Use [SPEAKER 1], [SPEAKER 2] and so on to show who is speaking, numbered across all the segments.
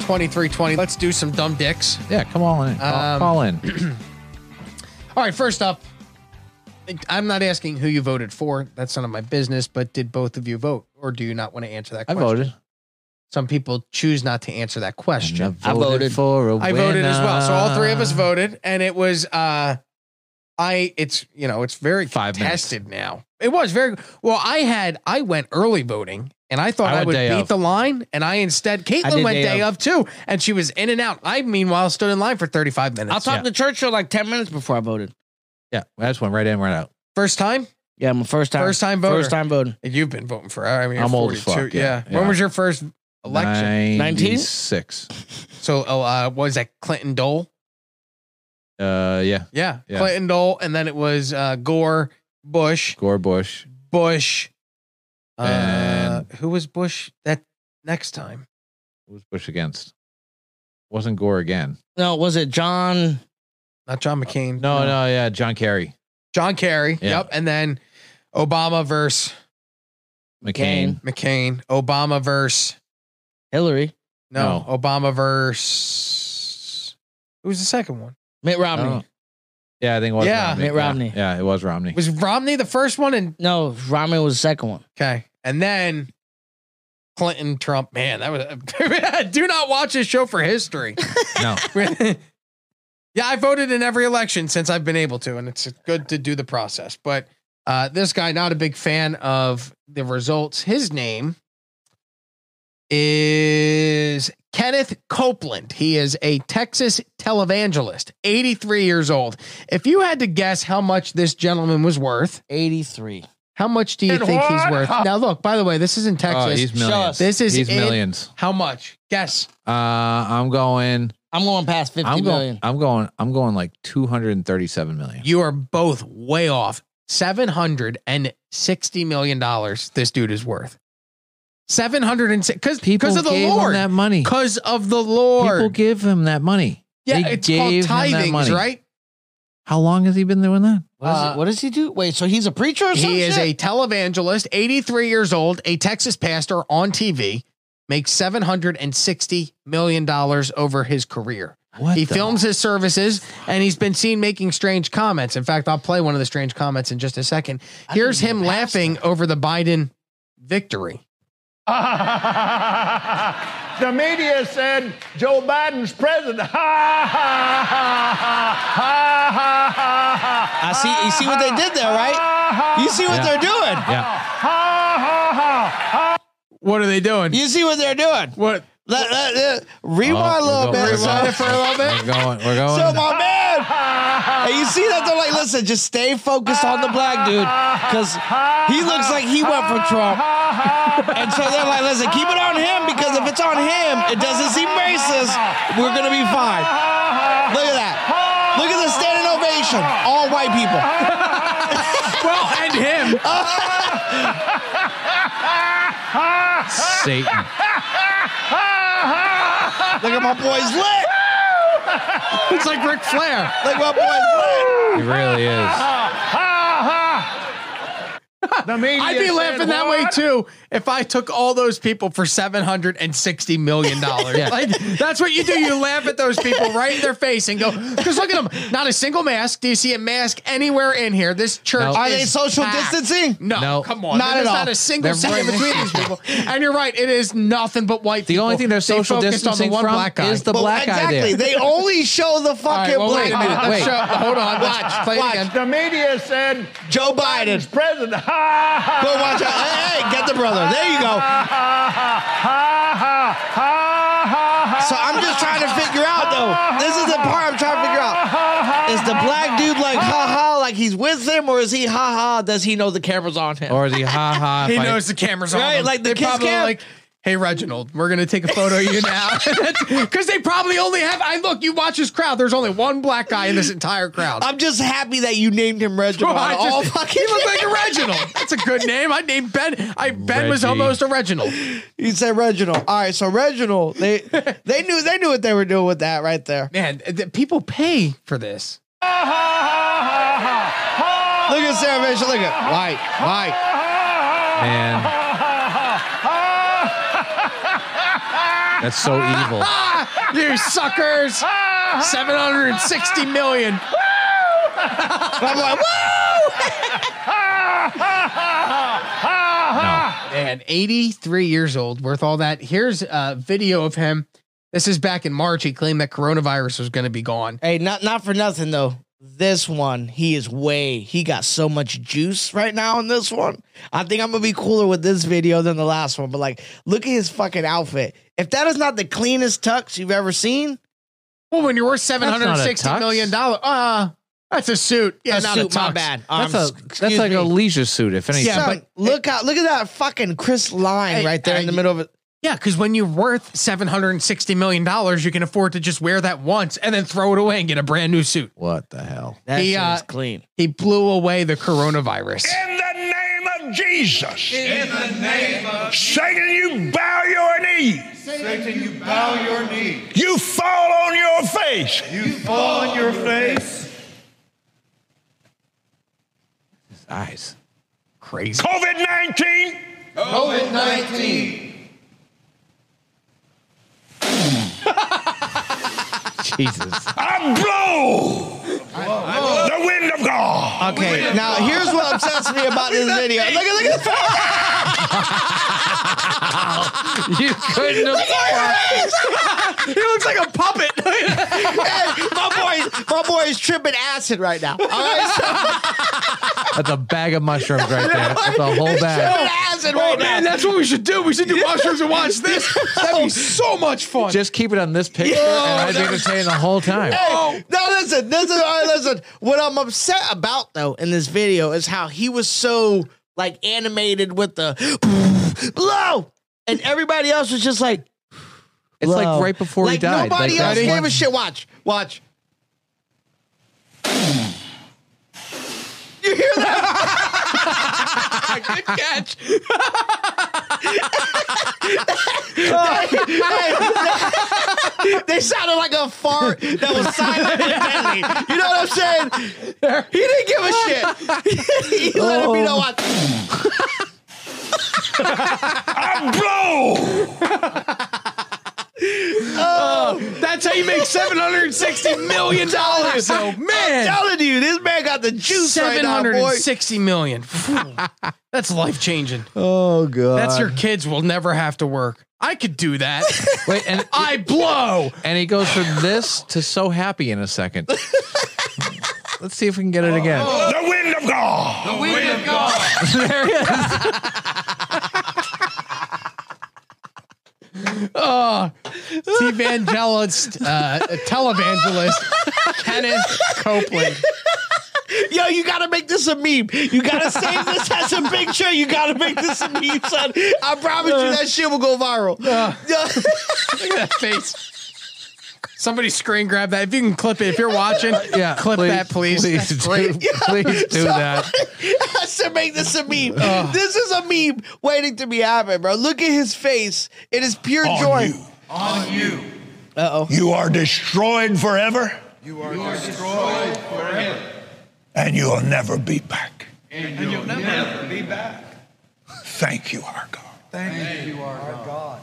[SPEAKER 1] twenty three twenty. Let's do some dumb dicks.
[SPEAKER 2] Yeah, come on in. Call,
[SPEAKER 1] Um,
[SPEAKER 2] call in.
[SPEAKER 1] All right, first up, I'm not asking who you voted for. That's none of my business, but did both of you vote or do you not want to answer that
[SPEAKER 2] I
[SPEAKER 1] question?
[SPEAKER 2] voted.
[SPEAKER 1] Some people choose not to answer that question.
[SPEAKER 2] I voted for a
[SPEAKER 1] I voted as well. So all three of us voted and it was uh I it's you know, it's very
[SPEAKER 2] Five minutes.
[SPEAKER 1] contested now. It was very well, I had I went early voting and I thought
[SPEAKER 2] I
[SPEAKER 1] I,
[SPEAKER 2] went
[SPEAKER 1] would
[SPEAKER 2] day
[SPEAKER 1] beat
[SPEAKER 2] of.
[SPEAKER 1] the line and I instead Caitlin
[SPEAKER 3] did
[SPEAKER 1] went day,
[SPEAKER 3] day
[SPEAKER 1] of. too and she was in and out. I meanwhile stood in line for 35 minutes.
[SPEAKER 3] I'll talk
[SPEAKER 2] Yeah.
[SPEAKER 3] to Churchill like 10 minutes before I voted.
[SPEAKER 2] Yeah, I just went right in, right out.
[SPEAKER 1] First time?
[SPEAKER 3] Yeah, my first time.
[SPEAKER 1] First time voter.
[SPEAKER 3] First time voting.
[SPEAKER 1] You've been voting for. I mean,
[SPEAKER 2] I'm
[SPEAKER 1] you're
[SPEAKER 2] old as
[SPEAKER 1] 42.
[SPEAKER 2] fuck, yeah,
[SPEAKER 1] When
[SPEAKER 2] yeah.
[SPEAKER 1] was your first election?
[SPEAKER 2] 96.
[SPEAKER 1] So, uh, was that Clinton Dole?
[SPEAKER 2] Uh, yeah,
[SPEAKER 1] Yeah.
[SPEAKER 2] Yeah.
[SPEAKER 1] Clinton Dole, and then it was uh, Gore, Bush,
[SPEAKER 2] Gore Bush.
[SPEAKER 1] Bush. Uh,
[SPEAKER 2] And-
[SPEAKER 1] who was Bush that next time?
[SPEAKER 2] Who was Bush against? Wasn't Gore again?
[SPEAKER 3] No, was it John?
[SPEAKER 1] Not John McCain.
[SPEAKER 2] Uh, No, no, yeah, John Kerry,
[SPEAKER 1] John Kerry.
[SPEAKER 2] Yeah.
[SPEAKER 1] Yep. And then Obama versus
[SPEAKER 2] McCain.
[SPEAKER 1] McCain. Obama versus
[SPEAKER 3] Hillary.
[SPEAKER 1] no,
[SPEAKER 2] No.
[SPEAKER 1] Obama versus who was the second one?
[SPEAKER 3] Mitt
[SPEAKER 2] I
[SPEAKER 3] Romney.
[SPEAKER 2] don't know. Yeah, I think it was
[SPEAKER 1] Yeah,
[SPEAKER 2] Romney.
[SPEAKER 3] Mitt Romney.
[SPEAKER 2] Yeah, yeah, it was Romney.
[SPEAKER 1] Was Romney the first one and
[SPEAKER 3] No, Romney was the second one.
[SPEAKER 1] Okay. And then Clinton, Trump, man, that was do not watch this show for history.
[SPEAKER 2] no,
[SPEAKER 1] yeah, I voted in every election since I've been able to, and it's good to do the process. But uh, this guy, not a big fan of the results. His name is Kenneth Copeland. He is a Texas televangelist, 83 years old. If you had to guess how much this gentleman was worth,
[SPEAKER 3] 83.
[SPEAKER 1] how much do you think he's worth? Now, look, by the way, this is in Texas.
[SPEAKER 2] oh, he's
[SPEAKER 3] Show
[SPEAKER 2] millions.
[SPEAKER 3] us.
[SPEAKER 1] This is
[SPEAKER 2] he's
[SPEAKER 1] in-
[SPEAKER 2] millions.
[SPEAKER 1] How much? Guess.
[SPEAKER 2] Uh, I'm going.
[SPEAKER 3] I'm going past 50
[SPEAKER 2] I'm
[SPEAKER 3] million.
[SPEAKER 2] going. I'm going. I'm going like 237 million.
[SPEAKER 1] You are both way off. Seven hundred and sixty million dollars. This dude is worth. Seven hundred and six because
[SPEAKER 2] People
[SPEAKER 1] because of the
[SPEAKER 2] gave him
[SPEAKER 1] Lord.
[SPEAKER 2] that money.
[SPEAKER 1] Because of the
[SPEAKER 2] People
[SPEAKER 1] Lord.
[SPEAKER 2] give him that money.
[SPEAKER 1] yeah,
[SPEAKER 2] they
[SPEAKER 1] it's
[SPEAKER 2] gave him
[SPEAKER 1] called
[SPEAKER 2] that
[SPEAKER 1] tithings,
[SPEAKER 2] money.
[SPEAKER 1] right?
[SPEAKER 2] How long has he been doing that?
[SPEAKER 3] What, does
[SPEAKER 1] Uh,
[SPEAKER 3] he, what does he do? Wait, so he's a preacher or something?
[SPEAKER 1] He is a televangelist, eighty-three years old, a Texas pastor on TV, makes seven hundred and sixty million dollars over his career.
[SPEAKER 2] What
[SPEAKER 1] he
[SPEAKER 2] the-
[SPEAKER 1] films his services and he's been seen making strange comments. In fact, I'll play one of the strange comments in just a second.
[SPEAKER 3] I didn't
[SPEAKER 1] Here's him
[SPEAKER 3] even ask
[SPEAKER 1] laughing
[SPEAKER 3] that.
[SPEAKER 1] over the Biden victory.
[SPEAKER 4] the media said Joe Biden's president. Ha ha ha ha ha ha.
[SPEAKER 3] I see, you see what they did there, right? You see what
[SPEAKER 2] Yeah.
[SPEAKER 3] they're doing.
[SPEAKER 2] Yeah.
[SPEAKER 1] What are they doing?
[SPEAKER 3] You see what theyey're doing.
[SPEAKER 1] What?
[SPEAKER 3] Let- let- let- rewind
[SPEAKER 2] Oh,
[SPEAKER 3] a little
[SPEAKER 2] we're going-
[SPEAKER 3] bit. son.
[SPEAKER 1] Rewind it for a little bit.
[SPEAKER 2] We're going. We're going.
[SPEAKER 3] So my man, and you see that they're like, listen, just stay focused on the black dude, because he looks like he went for Trump. And so they're like, listen, keep it on him because if it's on him, it doesn't seem racist. We're gonna be fine. Look at that. Look at the standing ovation. All white people.
[SPEAKER 1] Well, and him.
[SPEAKER 2] Satan.
[SPEAKER 3] Look at my boys lit.
[SPEAKER 1] It's like Ric Flair.
[SPEAKER 3] Look at my boys lit.
[SPEAKER 2] He really is.
[SPEAKER 4] The media
[SPEAKER 1] I'd be
[SPEAKER 4] said
[SPEAKER 1] laughing that way
[SPEAKER 4] what?
[SPEAKER 1] too if I took all those people for seven hundred and sixty million dollars. Like that's what you do. You laugh at those people right in their face and go, because look at them. Not a single mask. Do you see a mask anywhere in here? This church
[SPEAKER 2] No.
[SPEAKER 3] Are they
[SPEAKER 1] is
[SPEAKER 3] social
[SPEAKER 1] packed.
[SPEAKER 3] distancing?
[SPEAKER 1] No,
[SPEAKER 2] No.
[SPEAKER 1] come on.
[SPEAKER 3] Not
[SPEAKER 1] There's
[SPEAKER 3] at all.
[SPEAKER 1] Not a single
[SPEAKER 2] They're
[SPEAKER 1] second
[SPEAKER 2] right
[SPEAKER 1] between these
[SPEAKER 2] next
[SPEAKER 1] people. And you're right. It is nothing but white
[SPEAKER 2] The
[SPEAKER 1] people.
[SPEAKER 2] only thing they're social
[SPEAKER 1] focused
[SPEAKER 2] distancing from is the
[SPEAKER 1] All
[SPEAKER 2] black guy
[SPEAKER 3] exactly.
[SPEAKER 2] there.
[SPEAKER 3] They only show the
[SPEAKER 1] right,
[SPEAKER 3] fucking
[SPEAKER 1] well, wait a
[SPEAKER 3] black.
[SPEAKER 1] minute.
[SPEAKER 2] Uh,
[SPEAKER 1] Let's
[SPEAKER 2] wait.
[SPEAKER 1] show, hold on. Watch. Play
[SPEAKER 3] watch.
[SPEAKER 1] it again.
[SPEAKER 4] The media said
[SPEAKER 3] Joe
[SPEAKER 4] Biden's
[SPEAKER 3] Biden.
[SPEAKER 4] president. Ha ha
[SPEAKER 3] But watch out. Hey, hey, get the brother. There you go.
[SPEAKER 4] ha ha ha ha ha.
[SPEAKER 3] So I'm just trying to figure out though. This is the part I'm trying to figure out. Is the black dude like ha ha like he's with him or is he ha ha does he know the camera's on him?
[SPEAKER 2] Or is he ha ha?
[SPEAKER 1] He
[SPEAKER 2] if I-
[SPEAKER 1] knows the cameras on.
[SPEAKER 3] Right,
[SPEAKER 1] him.
[SPEAKER 3] like the
[SPEAKER 1] They
[SPEAKER 3] kiss
[SPEAKER 1] probably
[SPEAKER 3] cam.
[SPEAKER 1] like Hey Reginald, we're gonna take a photo of you now, because they probably only have. I look, you watch this crowd. There's only one black guy in this entire crowd.
[SPEAKER 3] I'm just happy that you named him Reginald.
[SPEAKER 1] I just-
[SPEAKER 3] all fucking
[SPEAKER 1] he looked like a Reginald. That's a good name. I named Ben. I Ben was
[SPEAKER 2] Reggie.
[SPEAKER 1] almost a Reginald.
[SPEAKER 3] You said Reginald. All right, so Reginald, they they knew they knew what they were doing with that right there.
[SPEAKER 1] Man, th- people pay for this.
[SPEAKER 3] Look at Sarah Mitchell. Look at Mike, Mike.
[SPEAKER 2] Man. That's so evil.
[SPEAKER 1] Ah, you suckers! Seven hundred and sixty million.
[SPEAKER 3] And I'm like, woo!
[SPEAKER 1] Man, 83 years old, worth all that. Here's a video of him. This is back in March. He claimed that coronavirus was going to be gone.
[SPEAKER 3] Hey, not not for nothing though. This one, he is way. He got so much juice right now in this one. I think I'm gonna be cooler with this video than the last one. But like, look at his fucking outfit. If that is not the cleanest tux you've ever seen,
[SPEAKER 1] Well, when you're worth
[SPEAKER 2] not a
[SPEAKER 1] $760 million,
[SPEAKER 2] tux.
[SPEAKER 1] dollars, uh, that's a suit. Yeah,
[SPEAKER 3] a
[SPEAKER 1] not a
[SPEAKER 3] suit,
[SPEAKER 1] tux.
[SPEAKER 3] my bad.
[SPEAKER 2] That's
[SPEAKER 3] Um,
[SPEAKER 2] a
[SPEAKER 3] excuse
[SPEAKER 2] that's like
[SPEAKER 3] me.
[SPEAKER 2] a leisure suit, if anything.
[SPEAKER 1] Yeah,
[SPEAKER 3] Son, look how look at that fucking Chris line
[SPEAKER 1] Hey,
[SPEAKER 3] right there in the middle of it.
[SPEAKER 1] Yeah, because when you're worth $760 million, you can afford to just wear that once and then throw it away and get a brand new suit.
[SPEAKER 2] What the hell?
[SPEAKER 3] That
[SPEAKER 1] He,
[SPEAKER 3] shit
[SPEAKER 1] uh,
[SPEAKER 3] is clean.
[SPEAKER 1] He blew away the coronavirus.
[SPEAKER 4] In the name of Jesus. In the name of Satan, you bow your knee.
[SPEAKER 5] Satan, you bow your knee.
[SPEAKER 4] You fall on your face.
[SPEAKER 5] You fall on your face.
[SPEAKER 2] His eyes.
[SPEAKER 1] Crazy.
[SPEAKER 4] COVID 19,
[SPEAKER 5] COVID 19.
[SPEAKER 2] Jesus.
[SPEAKER 4] I blow the wind of God.
[SPEAKER 1] Oh,
[SPEAKER 3] Okay, now here's what upsets me about this video. Look at look at the
[SPEAKER 2] you couldn't have
[SPEAKER 1] he looks like a puppet.
[SPEAKER 3] Hey, my boy, my boy is tripping acid right now. All right, so
[SPEAKER 2] That's a bag of mushrooms right there. That's a whole bag.
[SPEAKER 3] tripping acid right
[SPEAKER 1] Man,
[SPEAKER 3] now.
[SPEAKER 1] that's what we should do. We should do mushrooms and watch this. That'd be so much fun.
[SPEAKER 2] Just keep it on this picture, and I'd be entertained the whole time.
[SPEAKER 3] Hey, no, listen, listen, all right, listen. What I'm upset about though in this video is how he was so like animated with the blow, and everybody else was just like,
[SPEAKER 2] It's
[SPEAKER 3] blow.
[SPEAKER 2] like right before he
[SPEAKER 3] Like,
[SPEAKER 2] died.
[SPEAKER 3] Nobody
[SPEAKER 2] like
[SPEAKER 3] else
[SPEAKER 2] that's
[SPEAKER 3] gave
[SPEAKER 2] one-
[SPEAKER 3] a shit. Watch, watch. you hear that?
[SPEAKER 1] Good catch.
[SPEAKER 3] they sounded like a fart that was silent and deadly. You know what I'm saying? He didn't give a shit. he let it be no watch.
[SPEAKER 4] I blow.
[SPEAKER 1] That's how you make seven hundred and sixty million dollars. So man,
[SPEAKER 3] Telling you, this man got the juice right
[SPEAKER 1] seven
[SPEAKER 3] now,
[SPEAKER 1] hundred and
[SPEAKER 3] boy.
[SPEAKER 1] sixty million. That's life changing.
[SPEAKER 3] Oh god.
[SPEAKER 1] That's your kids will never have to work. I could do that.
[SPEAKER 2] Wait, and
[SPEAKER 1] I blow.
[SPEAKER 2] and he goes from this to so happy in a second. Let's see if we can get it again.
[SPEAKER 4] The wind of God.
[SPEAKER 5] The wind of God.
[SPEAKER 2] There he is.
[SPEAKER 1] T. Vangelist, Oh, uh, televangelist, Kenneth Copeland.
[SPEAKER 3] Yo, you gotta make this a meme. You gotta save this as a picture. You gotta make this a meme, son. I promise you that shit will go viral.
[SPEAKER 1] Uh. Look at that face. Somebody screen grab that. If you can clip it, if you're watching,
[SPEAKER 2] Yeah,
[SPEAKER 1] clip that, please.
[SPEAKER 2] Please
[SPEAKER 1] That's
[SPEAKER 2] do,
[SPEAKER 1] great.
[SPEAKER 2] please do that.
[SPEAKER 3] I said, make this a meme.
[SPEAKER 1] Uh.
[SPEAKER 3] This is a meme waiting to be happened, bro. Look at his face. It is pure
[SPEAKER 4] On
[SPEAKER 3] joy.
[SPEAKER 4] you.
[SPEAKER 5] On you.
[SPEAKER 4] You are destroyed forever
[SPEAKER 5] You are destroyed forever.
[SPEAKER 4] and you'll never be back.
[SPEAKER 5] And you'll never be back.
[SPEAKER 4] Thank you, our God.
[SPEAKER 5] Thank you, our God.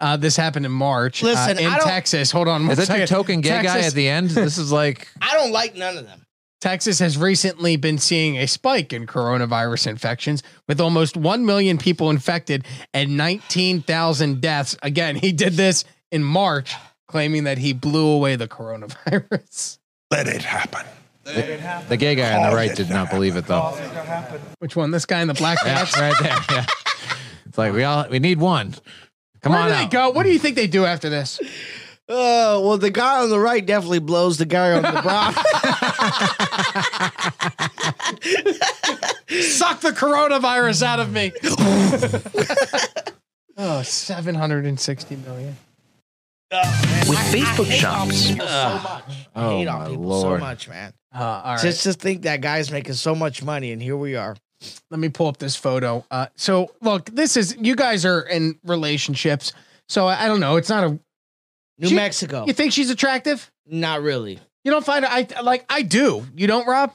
[SPEAKER 1] Uh, this happened in March. uh,
[SPEAKER 3] Listen,
[SPEAKER 1] in
[SPEAKER 3] I don't-
[SPEAKER 1] Texas. Hold on. one
[SPEAKER 2] Is that your
[SPEAKER 1] second.
[SPEAKER 2] token gay
[SPEAKER 1] Texas,
[SPEAKER 2] guy at the end? This is like
[SPEAKER 3] I don't like none of them.
[SPEAKER 1] Texas has recently been seeing a spike in coronavirus infections, with almost one million people infected and nineteen thousand deaths. Again, he did this in March, claiming that he blew away the coronavirus.
[SPEAKER 4] Let it happen.
[SPEAKER 5] Let it happen.
[SPEAKER 2] the gay guy on the right did not believe it though.
[SPEAKER 5] Cause it to happen.
[SPEAKER 1] Which one? This guy in the black
[SPEAKER 2] Yeah,
[SPEAKER 1] hat.
[SPEAKER 2] right there. Yeah. It's like we all we need one. Come
[SPEAKER 1] Where
[SPEAKER 2] on
[SPEAKER 1] do they
[SPEAKER 2] out.
[SPEAKER 1] go? What do you think they do after this?
[SPEAKER 3] Oh, well, the guy on the right definitely blows the guy on the brown.
[SPEAKER 1] Suck the coronavirus out of me. Oh, 760 million.
[SPEAKER 3] With Facebook
[SPEAKER 1] shops.
[SPEAKER 2] Oh,
[SPEAKER 3] hate
[SPEAKER 2] my
[SPEAKER 3] on people so
[SPEAKER 2] Lord.
[SPEAKER 3] much, man.
[SPEAKER 1] Uh, all right.
[SPEAKER 3] Just to think that guy's making so much money, and here we are.
[SPEAKER 1] let me pull up this photo. Uh, so look, this is you guys are in relationships. So I, I don't know. It's not a.
[SPEAKER 3] New
[SPEAKER 1] She-
[SPEAKER 3] Mexico.
[SPEAKER 1] You think she's attractive?
[SPEAKER 3] Not really.
[SPEAKER 1] You don't find I like I do. You don't, Rob.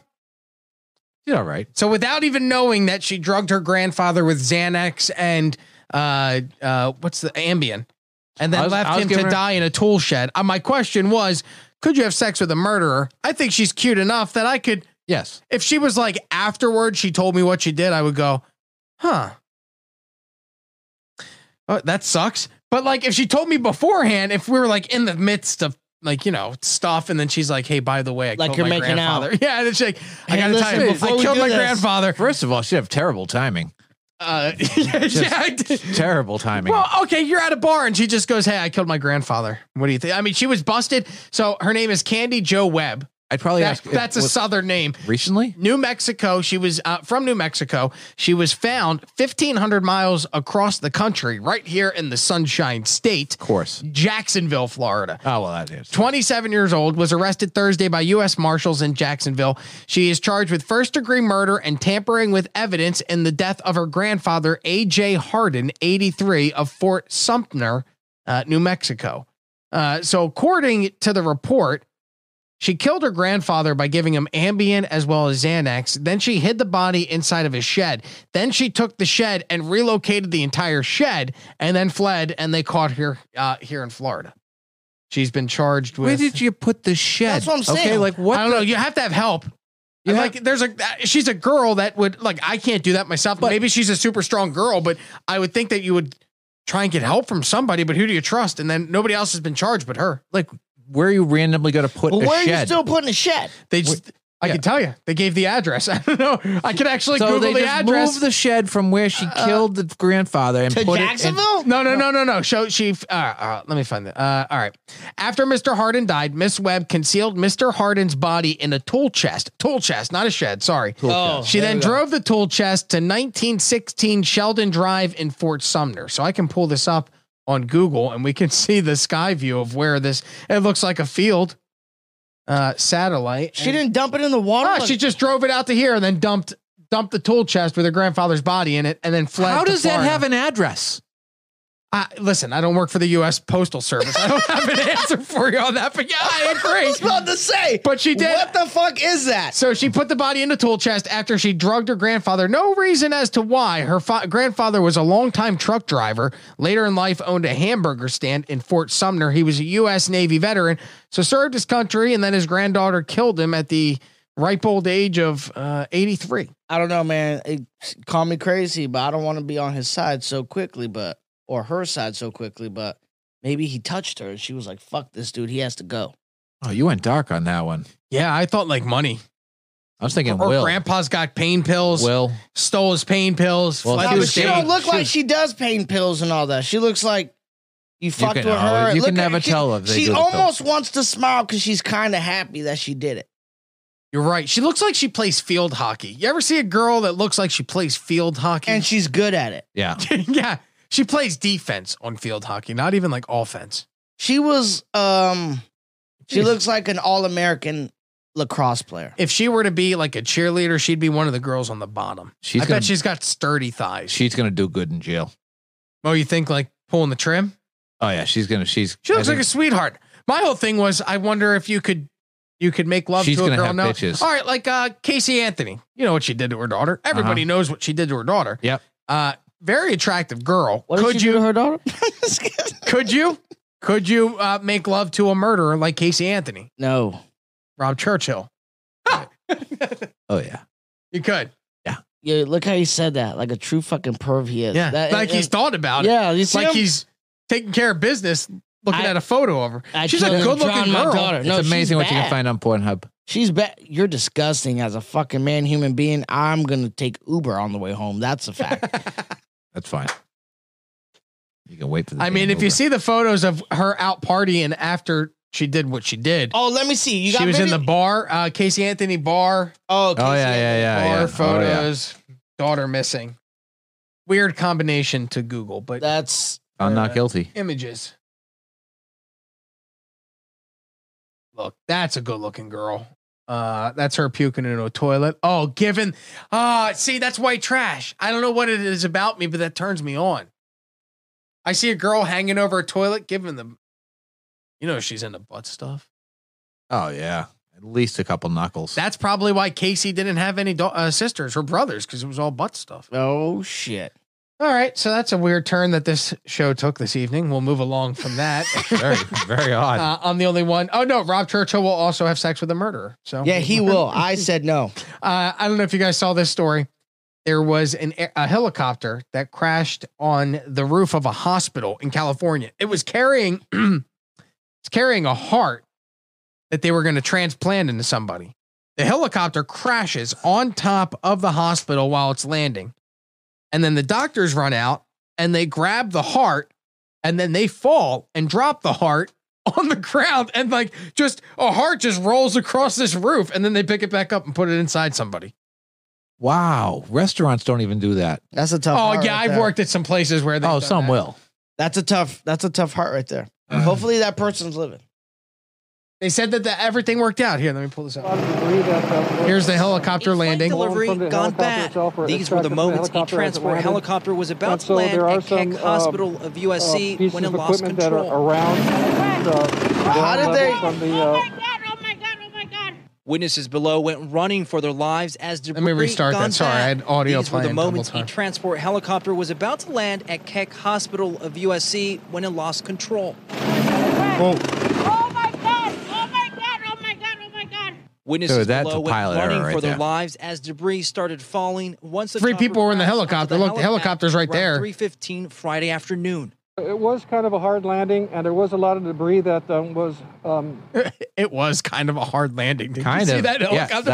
[SPEAKER 2] Did all right.
[SPEAKER 1] So without even knowing that she drugged her grandfather with Xanax and uh uh what's the Ambien, and then
[SPEAKER 2] I was- I
[SPEAKER 1] left
[SPEAKER 2] was
[SPEAKER 1] him to
[SPEAKER 2] giving her-
[SPEAKER 1] die in a tool shed. Uh, my question was, could you have sex with a murderer? I think she's cute enough that I could.
[SPEAKER 2] Yes.
[SPEAKER 1] If she was like afterward, she told me what she did. I would go, huh. Oh, that sucks. But like, if she told me beforehand, if we were like in the midst of like you know stuff, and then she's like, "Hey, by the way, I
[SPEAKER 3] Like
[SPEAKER 1] killed
[SPEAKER 3] you're
[SPEAKER 1] my
[SPEAKER 3] making out.
[SPEAKER 1] grandfather." Yeah, and it's like, I
[SPEAKER 3] Hey,
[SPEAKER 1] gotta
[SPEAKER 3] listen,
[SPEAKER 1] tell you,
[SPEAKER 3] before
[SPEAKER 1] I
[SPEAKER 3] we
[SPEAKER 1] killed
[SPEAKER 3] do
[SPEAKER 1] my
[SPEAKER 3] this-
[SPEAKER 1] grandfather.
[SPEAKER 2] First of all, she have terrible timing.
[SPEAKER 1] Uh, yeah, yeah, I did.
[SPEAKER 2] Terrible timing.
[SPEAKER 1] Well, okay, you're at a bar and she just goes, "Hey, I killed my grandfather." What do you think? I mean, she was busted. So her name is Candy Joe Webb.
[SPEAKER 2] I'd probably
[SPEAKER 1] That-
[SPEAKER 2] ask. if-
[SPEAKER 1] that's a
[SPEAKER 2] was-
[SPEAKER 1] southern name.
[SPEAKER 2] recently.
[SPEAKER 1] New Mexico. She was uh, from New Mexico. She was found 1,500 miles across the country, right here in the Sunshine State,
[SPEAKER 2] Of course.
[SPEAKER 1] Jacksonville, Florida.
[SPEAKER 2] Oh well, that is.
[SPEAKER 1] 27 years old, was arrested Thursday by U.S. Marshals in Jacksonville. She is charged with first degree murder and tampering with evidence in the death of her grandfather, A.J. Hardin, 83, of Fort Sumter, uh, New Mexico. Uh, so, according to the report, she killed her grandfather by giving him Ambien as well as Xanax. Then she hid the body inside of his shed. Then she took the shed and relocated the entire shed, and then fled. And they caught her uh, here in Florida. She's been charged with.
[SPEAKER 2] Where did you put the shed?
[SPEAKER 3] That's what I'm saying.
[SPEAKER 2] Okay, like what?
[SPEAKER 1] I don't know. You have to have help.
[SPEAKER 2] You
[SPEAKER 1] And,
[SPEAKER 2] have-
[SPEAKER 1] like, there's a she's a girl that would like I can't do that myself. Maybe she's a super strong girl, but I would think that you would try and get help from somebody. But who do you trust? And then nobody else has been charged but her.
[SPEAKER 2] like where are you randomly going to put
[SPEAKER 3] But
[SPEAKER 2] a
[SPEAKER 3] where are you
[SPEAKER 2] shed?
[SPEAKER 3] still putting a shed?
[SPEAKER 1] They just. I
[SPEAKER 2] yeah.
[SPEAKER 1] can tell you, they gave the address. I don't know. I could actually
[SPEAKER 2] so
[SPEAKER 1] Google
[SPEAKER 2] they
[SPEAKER 1] the
[SPEAKER 2] just
[SPEAKER 1] address.
[SPEAKER 2] moved the shed from where she killed the grandfather and
[SPEAKER 3] To
[SPEAKER 2] put it.
[SPEAKER 3] Jacksonville?
[SPEAKER 1] No, no, no, no, no. So she, uh, uh, let me find that. Uh, all right. After Mr. Hardin died, Miss Webb concealed Mr. Hardin's body in a tool chest. Tool chest, not a shed. Sorry.
[SPEAKER 3] Oh,
[SPEAKER 1] she
[SPEAKER 3] there
[SPEAKER 1] then
[SPEAKER 3] we go.
[SPEAKER 1] drove the tool chest to 1916 Sheldon Drive in Fort Sumner. So I can pull this up on Google and we can see the sky view of where this. It looks like a field. Uh, satellite.
[SPEAKER 3] She didn't dump it in the water.
[SPEAKER 1] Ah, she just drove it out to here and then dumped dumped the tool chest with her grandfather's body in it and then fled.
[SPEAKER 2] How
[SPEAKER 1] to
[SPEAKER 2] does that
[SPEAKER 1] Florida.
[SPEAKER 2] have an address?
[SPEAKER 1] Uh, listen, I don't work for the U.S. Postal Service. I don't have an answer for you on that, but yeah, I
[SPEAKER 3] I
[SPEAKER 1] agree.
[SPEAKER 3] was about to say.
[SPEAKER 1] But she did.
[SPEAKER 3] What the fuck is that?
[SPEAKER 1] So she put the body in the tool chest after she drugged her grandfather. No reason as to why. Her fa- grandfather was a longtime truck driver. Later in life, owned a hamburger stand in Fort Sumner. He was a U.S. Navy veteran, so served his country, and then his granddaughter killed him at the ripe old age of uh, 83.
[SPEAKER 3] I don't know, man. It, call me crazy, but I don't want to be on his side so quickly, but or her side so quickly, but maybe he touched her and she was like, "Fuck this dude, he has to go."
[SPEAKER 2] Oh, you went dark on that one.
[SPEAKER 1] Yeah, I thought like money.
[SPEAKER 2] I was thinking
[SPEAKER 1] Or
[SPEAKER 2] Will.
[SPEAKER 1] grandpa's got pain pills,
[SPEAKER 2] Will.
[SPEAKER 1] stole his pain pills,
[SPEAKER 2] Well,
[SPEAKER 1] fled
[SPEAKER 2] she
[SPEAKER 1] the
[SPEAKER 3] No, but
[SPEAKER 2] was
[SPEAKER 3] she
[SPEAKER 1] state.
[SPEAKER 2] saying-
[SPEAKER 3] don't look
[SPEAKER 2] she
[SPEAKER 3] like
[SPEAKER 2] was-
[SPEAKER 3] she does pain pills and all that. She looks like you fucked
[SPEAKER 2] can
[SPEAKER 3] with her.
[SPEAKER 2] always- you
[SPEAKER 3] Look
[SPEAKER 2] can
[SPEAKER 3] at her.
[SPEAKER 2] never
[SPEAKER 3] She-
[SPEAKER 2] tell if they
[SPEAKER 3] She
[SPEAKER 2] do the
[SPEAKER 3] almost wants to smile because she's kind of happy that she did it.
[SPEAKER 1] You're right. She looks like she plays field hockey. You ever see a girl that looks like she plays field hockey?
[SPEAKER 3] and she's good at it.
[SPEAKER 2] Yeah.
[SPEAKER 1] yeah, she plays defense on field hockey, not even like offense.
[SPEAKER 3] She was um she
[SPEAKER 1] Jeez.
[SPEAKER 3] looks like an all-American lacrosse player.
[SPEAKER 1] If she were to be like a cheerleader, she'd be one of the girls on the bottom.
[SPEAKER 2] She's
[SPEAKER 1] I
[SPEAKER 2] gonna-
[SPEAKER 1] bet she's got sturdy thighs.
[SPEAKER 2] She's going to do good in jail.
[SPEAKER 1] oh, you think like pulling the trim?
[SPEAKER 2] Oh yeah, she's going to she's
[SPEAKER 1] She looks
[SPEAKER 2] I
[SPEAKER 1] like
[SPEAKER 2] think-
[SPEAKER 1] a sweetheart. My whole thing was, I wonder if you could, you could make love
[SPEAKER 2] She's
[SPEAKER 1] to a
[SPEAKER 2] gonna
[SPEAKER 1] girl
[SPEAKER 2] have
[SPEAKER 1] now.
[SPEAKER 2] bitches. Uh-huh.
[SPEAKER 1] All right, like uh, Casey Anthony. You know what she did to her daughter. Everybody knows what she did to her daughter.
[SPEAKER 2] Yep.
[SPEAKER 1] Uh, very attractive girl.
[SPEAKER 3] What
[SPEAKER 1] could
[SPEAKER 3] did she
[SPEAKER 1] you?
[SPEAKER 3] do to her daughter?
[SPEAKER 1] could you? Could you uh, make love to a murderer like Casey Anthony,
[SPEAKER 3] no.
[SPEAKER 1] Rob Churchill?
[SPEAKER 2] Oh yeah.
[SPEAKER 1] You could.
[SPEAKER 3] Yeah, look how he said that. Like a true fucking perv he is.
[SPEAKER 1] Yeah.
[SPEAKER 3] That-
[SPEAKER 1] like
[SPEAKER 3] and-
[SPEAKER 1] he's thought about it.
[SPEAKER 3] Yeah, you see
[SPEAKER 1] Like
[SPEAKER 3] him?
[SPEAKER 1] he's taking care of business, looking
[SPEAKER 3] I-
[SPEAKER 1] at a photo of her.
[SPEAKER 3] I
[SPEAKER 1] she's a
[SPEAKER 3] killed and
[SPEAKER 1] good-looking
[SPEAKER 3] drowned my
[SPEAKER 1] girl.
[SPEAKER 3] daughter.
[SPEAKER 2] It's
[SPEAKER 3] No, she's
[SPEAKER 2] amazing what you
[SPEAKER 3] bad.
[SPEAKER 2] can find on Pornhub.
[SPEAKER 3] She's bad. You're disgusting as a fucking man, human being. I'm gonna take Uber on the way home. That's a fact.
[SPEAKER 2] That's fine. You can wait for the
[SPEAKER 1] I mean,
[SPEAKER 2] damn
[SPEAKER 1] if you
[SPEAKER 2] Uber.
[SPEAKER 1] see the photos of her out partying after she did what she did,
[SPEAKER 3] oh, let me see. You got
[SPEAKER 1] she was in
[SPEAKER 3] video-
[SPEAKER 1] the bar, uh, Casey Anthony bar,
[SPEAKER 3] oh,
[SPEAKER 2] Oh
[SPEAKER 3] Casey
[SPEAKER 2] yeah, yeah,
[SPEAKER 3] Anthony.
[SPEAKER 2] yeah,
[SPEAKER 1] bar
[SPEAKER 2] yeah. Oh, yeah.
[SPEAKER 1] photos, daughter missing. Weird combination to Google, but
[SPEAKER 3] That's
[SPEAKER 2] I'm not guilty.
[SPEAKER 1] images. Look, that's a good looking girl. Uh, that's her puking in a toilet. Oh, given, uh, see, that's white trash. I don't know what it is about me, but that turns me on. I see a girl hanging over a toilet, giving them, you know, she's into butt stuff.
[SPEAKER 2] Oh yeah, at least a couple knuckles.
[SPEAKER 1] That's probably why Casey didn't have any do- uh, sisters or brothers because it was all butt stuff.
[SPEAKER 3] oh shit.
[SPEAKER 1] All right, so that's a weird turn that this show took this evening. We'll move along from that.
[SPEAKER 2] very very odd.
[SPEAKER 1] Uh, I'm the only one. Oh no, Rob Churchill will also have sex with a murderer. So
[SPEAKER 3] Yeah, he will. I said no.
[SPEAKER 1] Uh, I don't know if you guys saw this story. There was an air- a helicopter that crashed on the roof of a hospital in California. It was carrying it's carrying a heart that they were going to transplant into somebody. The helicopter crashes on top of the hospital while it's landing. And then the doctors run out and they grab the heart and then they fall and drop the heart on the ground and like just a heart just rolls across this roof and then they pick it back up and put it inside somebody.
[SPEAKER 2] wow, restaurants don't even do that.
[SPEAKER 3] That's a tough.
[SPEAKER 1] oh
[SPEAKER 3] heart
[SPEAKER 1] yeah,
[SPEAKER 3] right
[SPEAKER 1] I've
[SPEAKER 3] there.
[SPEAKER 1] worked at some places where they
[SPEAKER 2] Oh, some will.
[SPEAKER 3] That's a tough. That's a tough heart right there. Hopefully that person's living.
[SPEAKER 1] They said that the, everything worked out. Here, let me pull this out. Here's the helicopter landing.
[SPEAKER 6] delivery gone bad. These were the moments a transport helicopter was about to land at Keck Hospital um, uh, of USC when it lost control.
[SPEAKER 7] uh,
[SPEAKER 3] How did they?
[SPEAKER 8] Oh
[SPEAKER 6] Witnesses below went running for their lives as debris.
[SPEAKER 1] restart that.
[SPEAKER 6] gone
[SPEAKER 1] Sorry, I had
[SPEAKER 6] bad.
[SPEAKER 1] audio
[SPEAKER 6] These were the
[SPEAKER 1] playing double
[SPEAKER 6] moments a
[SPEAKER 1] time.
[SPEAKER 6] transport helicopter was about to land at Keck Hospital of USC when it lost control.
[SPEAKER 8] Oh my god! Oh my god! Oh my god! Oh my god!
[SPEAKER 6] Witnesses
[SPEAKER 2] Dude, that's
[SPEAKER 6] below
[SPEAKER 2] a
[SPEAKER 6] went
[SPEAKER 2] pilot
[SPEAKER 6] running
[SPEAKER 2] error right
[SPEAKER 6] for their
[SPEAKER 2] there.
[SPEAKER 6] lives as debris started falling. Once the
[SPEAKER 1] Three
[SPEAKER 6] chopper
[SPEAKER 1] people were in the
[SPEAKER 6] crashed onto
[SPEAKER 1] helicopter. Look, the helicopter's right
[SPEAKER 6] around
[SPEAKER 1] there.
[SPEAKER 6] 3:15 Friday afternoon.
[SPEAKER 7] It was kind of a hard landing, and there was a lot of debris that um, was. Um,
[SPEAKER 1] It was kind of a hard landing. Did
[SPEAKER 2] Kind
[SPEAKER 1] you see
[SPEAKER 2] of.
[SPEAKER 1] that
[SPEAKER 2] Yeah,
[SPEAKER 1] helicopter?
[SPEAKER 2] the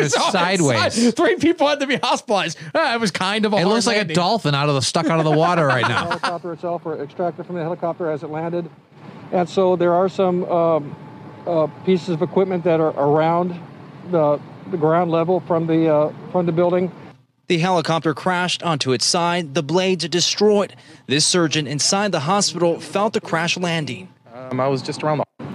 [SPEAKER 1] It was on its
[SPEAKER 2] sideways.
[SPEAKER 1] side. Three people had to be hospitalized. Ah, it was kind of a.
[SPEAKER 2] It
[SPEAKER 1] hard
[SPEAKER 2] looks like a
[SPEAKER 1] landing.
[SPEAKER 2] dolphin out of the stuck out of the water right
[SPEAKER 7] the
[SPEAKER 2] now.
[SPEAKER 7] helicopter itself were extracted from the helicopter as it landed, and so there are some um, uh, pieces of equipment that are around the, the ground level from the uh, from the building.
[SPEAKER 6] The helicopter crashed onto its side, the blades destroyed. This surgeon inside the hospital felt the crash landing.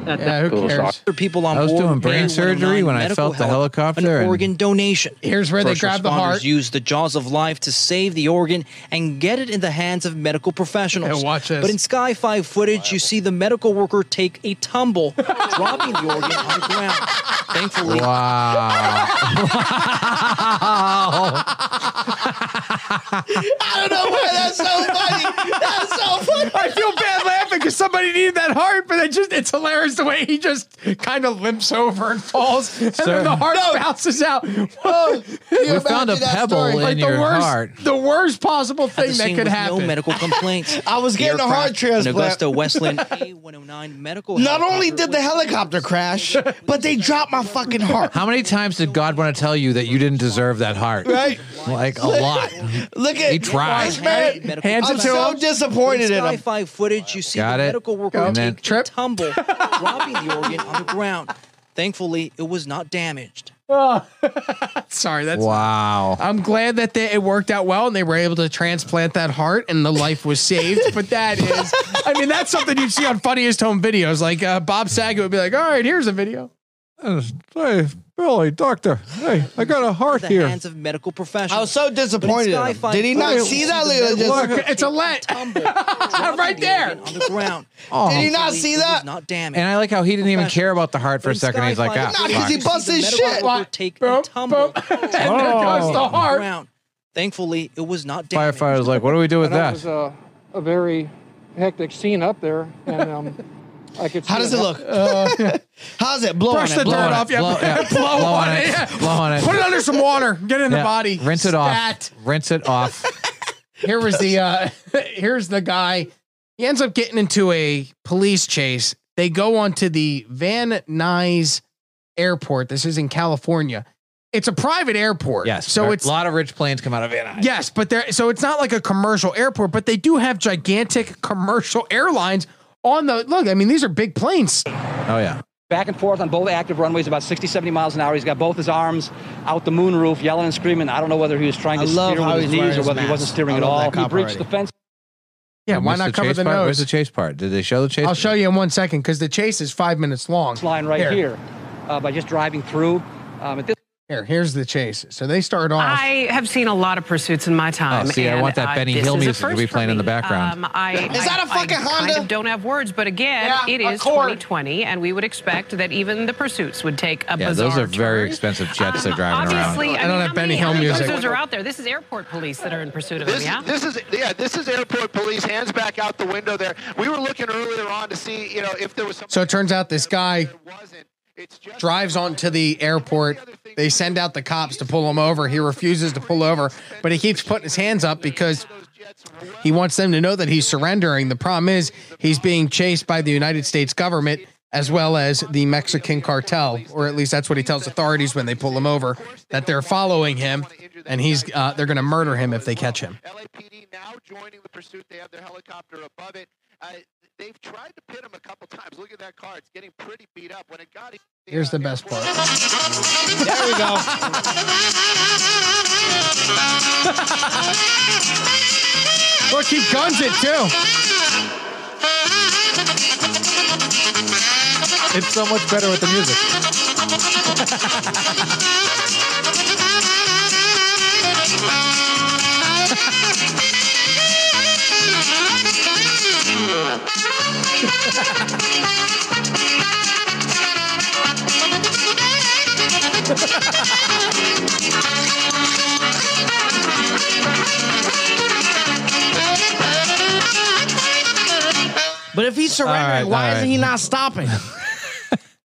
[SPEAKER 1] Yeah, who cares?
[SPEAKER 6] Other people on
[SPEAKER 2] I was
[SPEAKER 6] board
[SPEAKER 2] doing brain
[SPEAKER 6] made 109
[SPEAKER 2] surgery when I
[SPEAKER 6] medical
[SPEAKER 2] felt the
[SPEAKER 6] help,
[SPEAKER 2] helicopter
[SPEAKER 6] An
[SPEAKER 2] and-
[SPEAKER 6] organ donation.
[SPEAKER 1] Here's where they
[SPEAKER 6] First
[SPEAKER 1] grabbed the
[SPEAKER 6] responders
[SPEAKER 1] heart.
[SPEAKER 6] used the jaws of life to save the organ and get it in the hands of medical professionals.
[SPEAKER 1] Yeah, watch this.
[SPEAKER 6] But in Sky 5 footage, you see the medical worker take a tumble, dropping the organ on the ground. Thankfully,
[SPEAKER 2] Wow.
[SPEAKER 3] I don't know why that's so funny. That's so funny.
[SPEAKER 1] I feel bad laughing because somebody needed that heart, but it just it's hilarious the way he just kind of limps over and falls, and then the heart bounces
[SPEAKER 6] Oh,
[SPEAKER 1] out.
[SPEAKER 2] we found a pebble in
[SPEAKER 1] the
[SPEAKER 2] your
[SPEAKER 1] worst,
[SPEAKER 2] heart.
[SPEAKER 1] the worst possible
[SPEAKER 6] at
[SPEAKER 1] thing
[SPEAKER 6] the
[SPEAKER 1] that
[SPEAKER 6] scene
[SPEAKER 1] could
[SPEAKER 6] with
[SPEAKER 1] happen.
[SPEAKER 6] no medical complaints.
[SPEAKER 3] I was getting a heart
[SPEAKER 6] aircraft, an
[SPEAKER 3] transplant.
[SPEAKER 6] Augusta Westland A109 medical.
[SPEAKER 3] Not only
[SPEAKER 6] helicopter
[SPEAKER 3] did the
[SPEAKER 6] was-
[SPEAKER 3] helicopter crash, but they dropped my fucking heart.
[SPEAKER 2] How many times did God want to tell you that you didn't deserve that heart?
[SPEAKER 3] Right?
[SPEAKER 2] Like a lot.
[SPEAKER 3] Look at
[SPEAKER 2] He tried.
[SPEAKER 3] This man.
[SPEAKER 6] Medical
[SPEAKER 3] I'm so disappointed in
[SPEAKER 6] Sky
[SPEAKER 3] him.
[SPEAKER 6] 5 footage, you see
[SPEAKER 2] Got
[SPEAKER 6] the
[SPEAKER 2] it.
[SPEAKER 6] medical worker
[SPEAKER 2] Go.
[SPEAKER 6] take
[SPEAKER 2] And
[SPEAKER 6] a
[SPEAKER 2] then-
[SPEAKER 1] Trip.
[SPEAKER 6] tumble, dropping the organ on the ground. Thankfully, it was not damaged.
[SPEAKER 1] Sorry, that's.
[SPEAKER 2] Wow.
[SPEAKER 1] I'm glad that they, it worked out well and they were able to transplant that heart and the life was saved. but that is, I mean, that's something you'd see on funniest home videos. Like uh, Bob Saget would be like, "All right, here's a video."
[SPEAKER 2] Hey, Billy, doctor. Hey, I got a heart
[SPEAKER 6] The hands of medical professionals.
[SPEAKER 3] I was so disappointed. In him. Did he not see that? Look at
[SPEAKER 6] Look,
[SPEAKER 3] this.
[SPEAKER 1] Look, it's a let.
[SPEAKER 6] Tumble, dropping
[SPEAKER 1] Right
[SPEAKER 6] the
[SPEAKER 1] there.
[SPEAKER 6] organ on the ground.
[SPEAKER 3] Did he not
[SPEAKER 6] Thankfully,
[SPEAKER 3] see
[SPEAKER 6] it was
[SPEAKER 3] that?
[SPEAKER 6] Not damaged.
[SPEAKER 2] Oh. And I like how he didn't even care about the heart for a
[SPEAKER 6] In
[SPEAKER 2] second. He's like,
[SPEAKER 6] Skyfire,
[SPEAKER 2] ah,
[SPEAKER 3] No,
[SPEAKER 6] you
[SPEAKER 3] because he
[SPEAKER 2] fuck.
[SPEAKER 6] see
[SPEAKER 3] busts
[SPEAKER 6] the
[SPEAKER 3] his
[SPEAKER 6] medical
[SPEAKER 3] shit.
[SPEAKER 6] worker Take a
[SPEAKER 1] Boom,
[SPEAKER 6] tumble.
[SPEAKER 1] boom. And there goes
[SPEAKER 2] Oh.
[SPEAKER 1] the heart.
[SPEAKER 6] Ground. Thankfully, it was not damaged.
[SPEAKER 2] Firefighter's like, what do we do with
[SPEAKER 7] And that
[SPEAKER 2] that?
[SPEAKER 7] was a, a very hectic scene up there, and um, I could. See
[SPEAKER 3] How does it look? How's it? Blow
[SPEAKER 1] Brush
[SPEAKER 3] on it.
[SPEAKER 1] the
[SPEAKER 3] Blow
[SPEAKER 1] dirt
[SPEAKER 3] on it.
[SPEAKER 1] off. Yeah, blow, on, it. yeah.
[SPEAKER 2] Blow on it.
[SPEAKER 1] Put it under some water. Get it in the
[SPEAKER 2] Yeah,
[SPEAKER 1] body.
[SPEAKER 2] Rinse it
[SPEAKER 1] Spat.
[SPEAKER 2] off. Rinse it off.
[SPEAKER 1] Here was the uh here's the guy. He ends up getting into a police chase. They go onto the Van Nuys airport. This is in California. It's a private airport.
[SPEAKER 2] Yes.
[SPEAKER 1] So it's
[SPEAKER 2] a lot of rich planes come out of Van Nuys.
[SPEAKER 1] Yes, but they're so it's not like a commercial airport, but they do have gigantic commercial airlines on the look. I mean, these are big planes.
[SPEAKER 2] Oh yeah.
[SPEAKER 9] back and forth on both active runways about 60, 70 miles an hour. He's got both his arms out the moonroof, yelling and screaming. I don't know whether he was trying to
[SPEAKER 3] I love
[SPEAKER 9] steer
[SPEAKER 3] how
[SPEAKER 9] with his
[SPEAKER 3] he's wearing
[SPEAKER 9] knees or
[SPEAKER 3] his
[SPEAKER 9] whether he
[SPEAKER 3] mask.
[SPEAKER 9] wasn't steering
[SPEAKER 3] I
[SPEAKER 9] at
[SPEAKER 3] love
[SPEAKER 9] all.
[SPEAKER 3] that
[SPEAKER 9] He
[SPEAKER 3] cop
[SPEAKER 9] breached
[SPEAKER 3] already.
[SPEAKER 9] the fence.
[SPEAKER 1] Yeah, why
[SPEAKER 2] Missed
[SPEAKER 1] not cover
[SPEAKER 2] chase
[SPEAKER 1] the
[SPEAKER 2] part?
[SPEAKER 1] nose?
[SPEAKER 2] Where's the chase part? Did they show the chase?
[SPEAKER 1] I'll show you in one second because the chase is five minutes long.
[SPEAKER 9] line right here, uh, by just driving through. Um, at this
[SPEAKER 1] Here, here's the chase. So they start off.
[SPEAKER 10] I have seen a lot of pursuits in my time.
[SPEAKER 2] see, I
[SPEAKER 10] and,
[SPEAKER 2] want that
[SPEAKER 10] uh,
[SPEAKER 2] Benny
[SPEAKER 10] this
[SPEAKER 2] Hill
[SPEAKER 10] is a
[SPEAKER 2] music to
[SPEAKER 10] first
[SPEAKER 2] be
[SPEAKER 10] for
[SPEAKER 2] playing in
[SPEAKER 10] me.
[SPEAKER 2] the background.
[SPEAKER 10] Um, I,
[SPEAKER 3] Is that
[SPEAKER 10] I-
[SPEAKER 3] a fucking
[SPEAKER 10] I
[SPEAKER 3] Honda?
[SPEAKER 10] Kind of don't have words, but again,
[SPEAKER 3] Yeah,
[SPEAKER 10] it
[SPEAKER 3] a
[SPEAKER 10] is
[SPEAKER 3] Accord.
[SPEAKER 10] 2020, and we would expect that even the pursuits would take a
[SPEAKER 2] Yeah,
[SPEAKER 10] bizarre
[SPEAKER 2] those are very
[SPEAKER 10] turn.
[SPEAKER 2] expensive jets they're driving around.
[SPEAKER 10] Obviously, I,
[SPEAKER 1] I don't
[SPEAKER 10] mean,
[SPEAKER 1] have
[SPEAKER 10] how
[SPEAKER 1] Benny
[SPEAKER 10] many,
[SPEAKER 1] Hill
[SPEAKER 10] how many
[SPEAKER 1] music.
[SPEAKER 10] cruisers are out there? This is airport police that are in pursuit of
[SPEAKER 11] This,
[SPEAKER 10] him. Yeah.
[SPEAKER 11] this is yeah. This is airport police. Hands back out the window. There. We were looking earlier on to see you know if there was some.
[SPEAKER 1] So it turns out this guy drives onto the airport. They send out the cops to pull him over. He refuses to pull over, but he keeps putting his hands up because he wants them to know that he's surrendering. The problem is he's being chased by the United States government as well as the Mexican cartel, or at least that's what he tells authorities when they pull him over, that they're following him and he's uh, they're going to murder him if they catch him.
[SPEAKER 11] LAPD now joining the pursuit. They have their helicopter above it. Uh, they've tried to pit him a couple times. Look at that car. It's getting pretty beat up. When it got
[SPEAKER 1] Here's the best part.
[SPEAKER 3] There we go.
[SPEAKER 1] Look, he guns it too.
[SPEAKER 2] It's so much better with the music.
[SPEAKER 3] But if he's surrendering,
[SPEAKER 1] All right,
[SPEAKER 3] why
[SPEAKER 1] all right.
[SPEAKER 3] isn't he not stopping?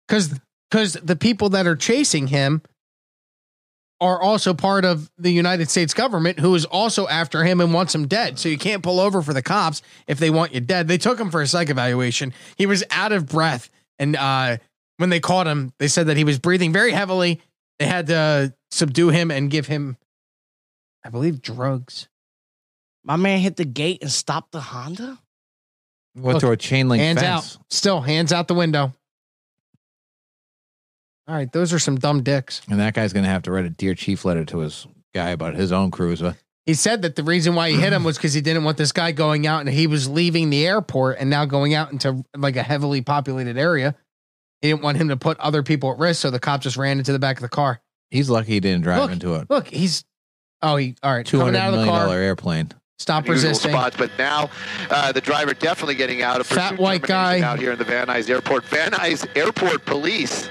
[SPEAKER 1] because because the people that are chasing him are also part of the United States government who is also after him and wants him dead. So you can't pull over for the cops if they want you dead. They took him for a psych evaluation. He was out of breath and uh when they caught him, they said that he was breathing very heavily. They had to subdue him and give him I believe drugs.
[SPEAKER 3] My man hit the gate and stopped the Honda.
[SPEAKER 2] Went
[SPEAKER 1] Look,
[SPEAKER 2] through a chain link
[SPEAKER 1] hands
[SPEAKER 2] fence.
[SPEAKER 1] out. Still hands out the window. All right, those are some dumb dicks.
[SPEAKER 2] And that guy's going to have to write a Dear Chief letter to his guy about his own cruiser.
[SPEAKER 1] He said that the reason why he hit him was because he didn't want this guy going out and he was leaving the airport and now going out into like a heavily populated area. He didn't want him to put other people at risk, so the cop just ran into the back of the car.
[SPEAKER 2] He's lucky he didn't drive into a
[SPEAKER 1] Look, he's oh he all right
[SPEAKER 2] two
[SPEAKER 1] coming
[SPEAKER 2] hundred
[SPEAKER 1] out of the
[SPEAKER 2] million
[SPEAKER 1] car.
[SPEAKER 2] dollar airplane.
[SPEAKER 1] Stop
[SPEAKER 11] unusual
[SPEAKER 1] resisting.
[SPEAKER 11] spots, but now uh, the driver definitely getting out of
[SPEAKER 1] Fat
[SPEAKER 11] pursuit
[SPEAKER 1] white
[SPEAKER 11] termination
[SPEAKER 1] guy.
[SPEAKER 11] out here in the Van Nuys Airport. Van Nuys Airport Police.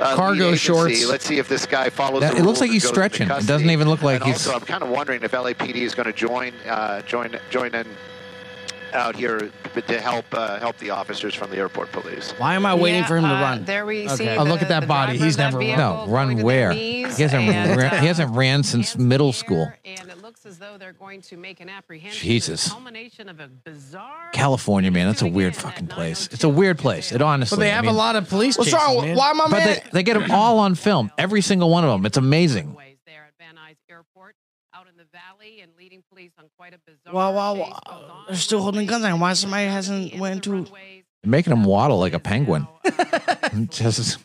[SPEAKER 11] Uh,
[SPEAKER 1] Cargo
[SPEAKER 11] lead agency.
[SPEAKER 1] shorts.
[SPEAKER 11] Let's see if this guy follows.
[SPEAKER 2] That-
[SPEAKER 11] the
[SPEAKER 2] it
[SPEAKER 11] rules
[SPEAKER 2] looks like
[SPEAKER 11] and
[SPEAKER 2] he's
[SPEAKER 11] goes into
[SPEAKER 2] stretching. It doesn't
[SPEAKER 11] custody.
[SPEAKER 2] even look like
[SPEAKER 11] And
[SPEAKER 2] he's-
[SPEAKER 11] Also, I'm kind of wondering if LAPD is going to join, uh, join, join in out here to help uh, help the officers from the airport police.
[SPEAKER 3] Why am I waiting
[SPEAKER 10] Yeah,
[SPEAKER 3] for him to
[SPEAKER 10] uh,
[SPEAKER 3] run?
[SPEAKER 10] there we see
[SPEAKER 1] Oh, look
[SPEAKER 10] the-
[SPEAKER 1] at that
[SPEAKER 10] the
[SPEAKER 1] body.
[SPEAKER 10] driver
[SPEAKER 1] He's
[SPEAKER 10] of that
[SPEAKER 1] never run.
[SPEAKER 10] vehicle
[SPEAKER 2] No, run
[SPEAKER 10] going to
[SPEAKER 2] where?
[SPEAKER 10] their
[SPEAKER 2] He
[SPEAKER 10] knees
[SPEAKER 2] hasn't
[SPEAKER 10] and,
[SPEAKER 2] ran,
[SPEAKER 10] uh,
[SPEAKER 2] he hasn't ran since middle school.
[SPEAKER 10] and it looks as though they're going to make an apprehension.
[SPEAKER 2] Jesus.
[SPEAKER 10] The culmination of a bizarre.
[SPEAKER 2] California, man, that's a weird fucking place. It's a weird place. It honestly.
[SPEAKER 1] Well, they
[SPEAKER 2] I
[SPEAKER 1] have
[SPEAKER 2] mean-
[SPEAKER 1] a lot of police.
[SPEAKER 3] What's
[SPEAKER 1] chases,
[SPEAKER 3] wrong?
[SPEAKER 1] man.
[SPEAKER 3] Why my
[SPEAKER 2] but
[SPEAKER 3] man?
[SPEAKER 2] they, they get them all on film, every single one of them. It's amazing.
[SPEAKER 10] There at Van Nuys Airport, out in the valley, and leading police on quite a bizarre.
[SPEAKER 3] Wow, wow, wow. They're still holding guns. And why somebody hasn't went
[SPEAKER 2] They're
[SPEAKER 3] to?
[SPEAKER 2] making them waddle like a penguin.
[SPEAKER 10] uh,
[SPEAKER 2] Just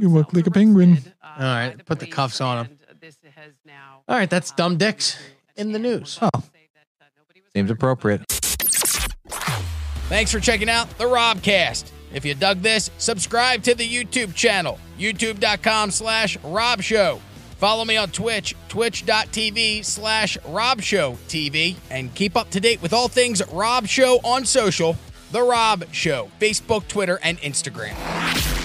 [SPEAKER 1] You look like a penguin.
[SPEAKER 10] uh,
[SPEAKER 1] All right, put the cuffs on him. All right, that's dumb dicks in the news.
[SPEAKER 2] Oh. seems appropriate.
[SPEAKER 12] Thanks for checking out the Robcast. If you dug this, subscribe to the YouTube channel, youtube.com slash Rob Show. Follow me on Twitch, twitch.tv slash Rob Show TV, and keep up to date with all things Rob Show on social, The Rob Show, Facebook, Twitter, and Instagram.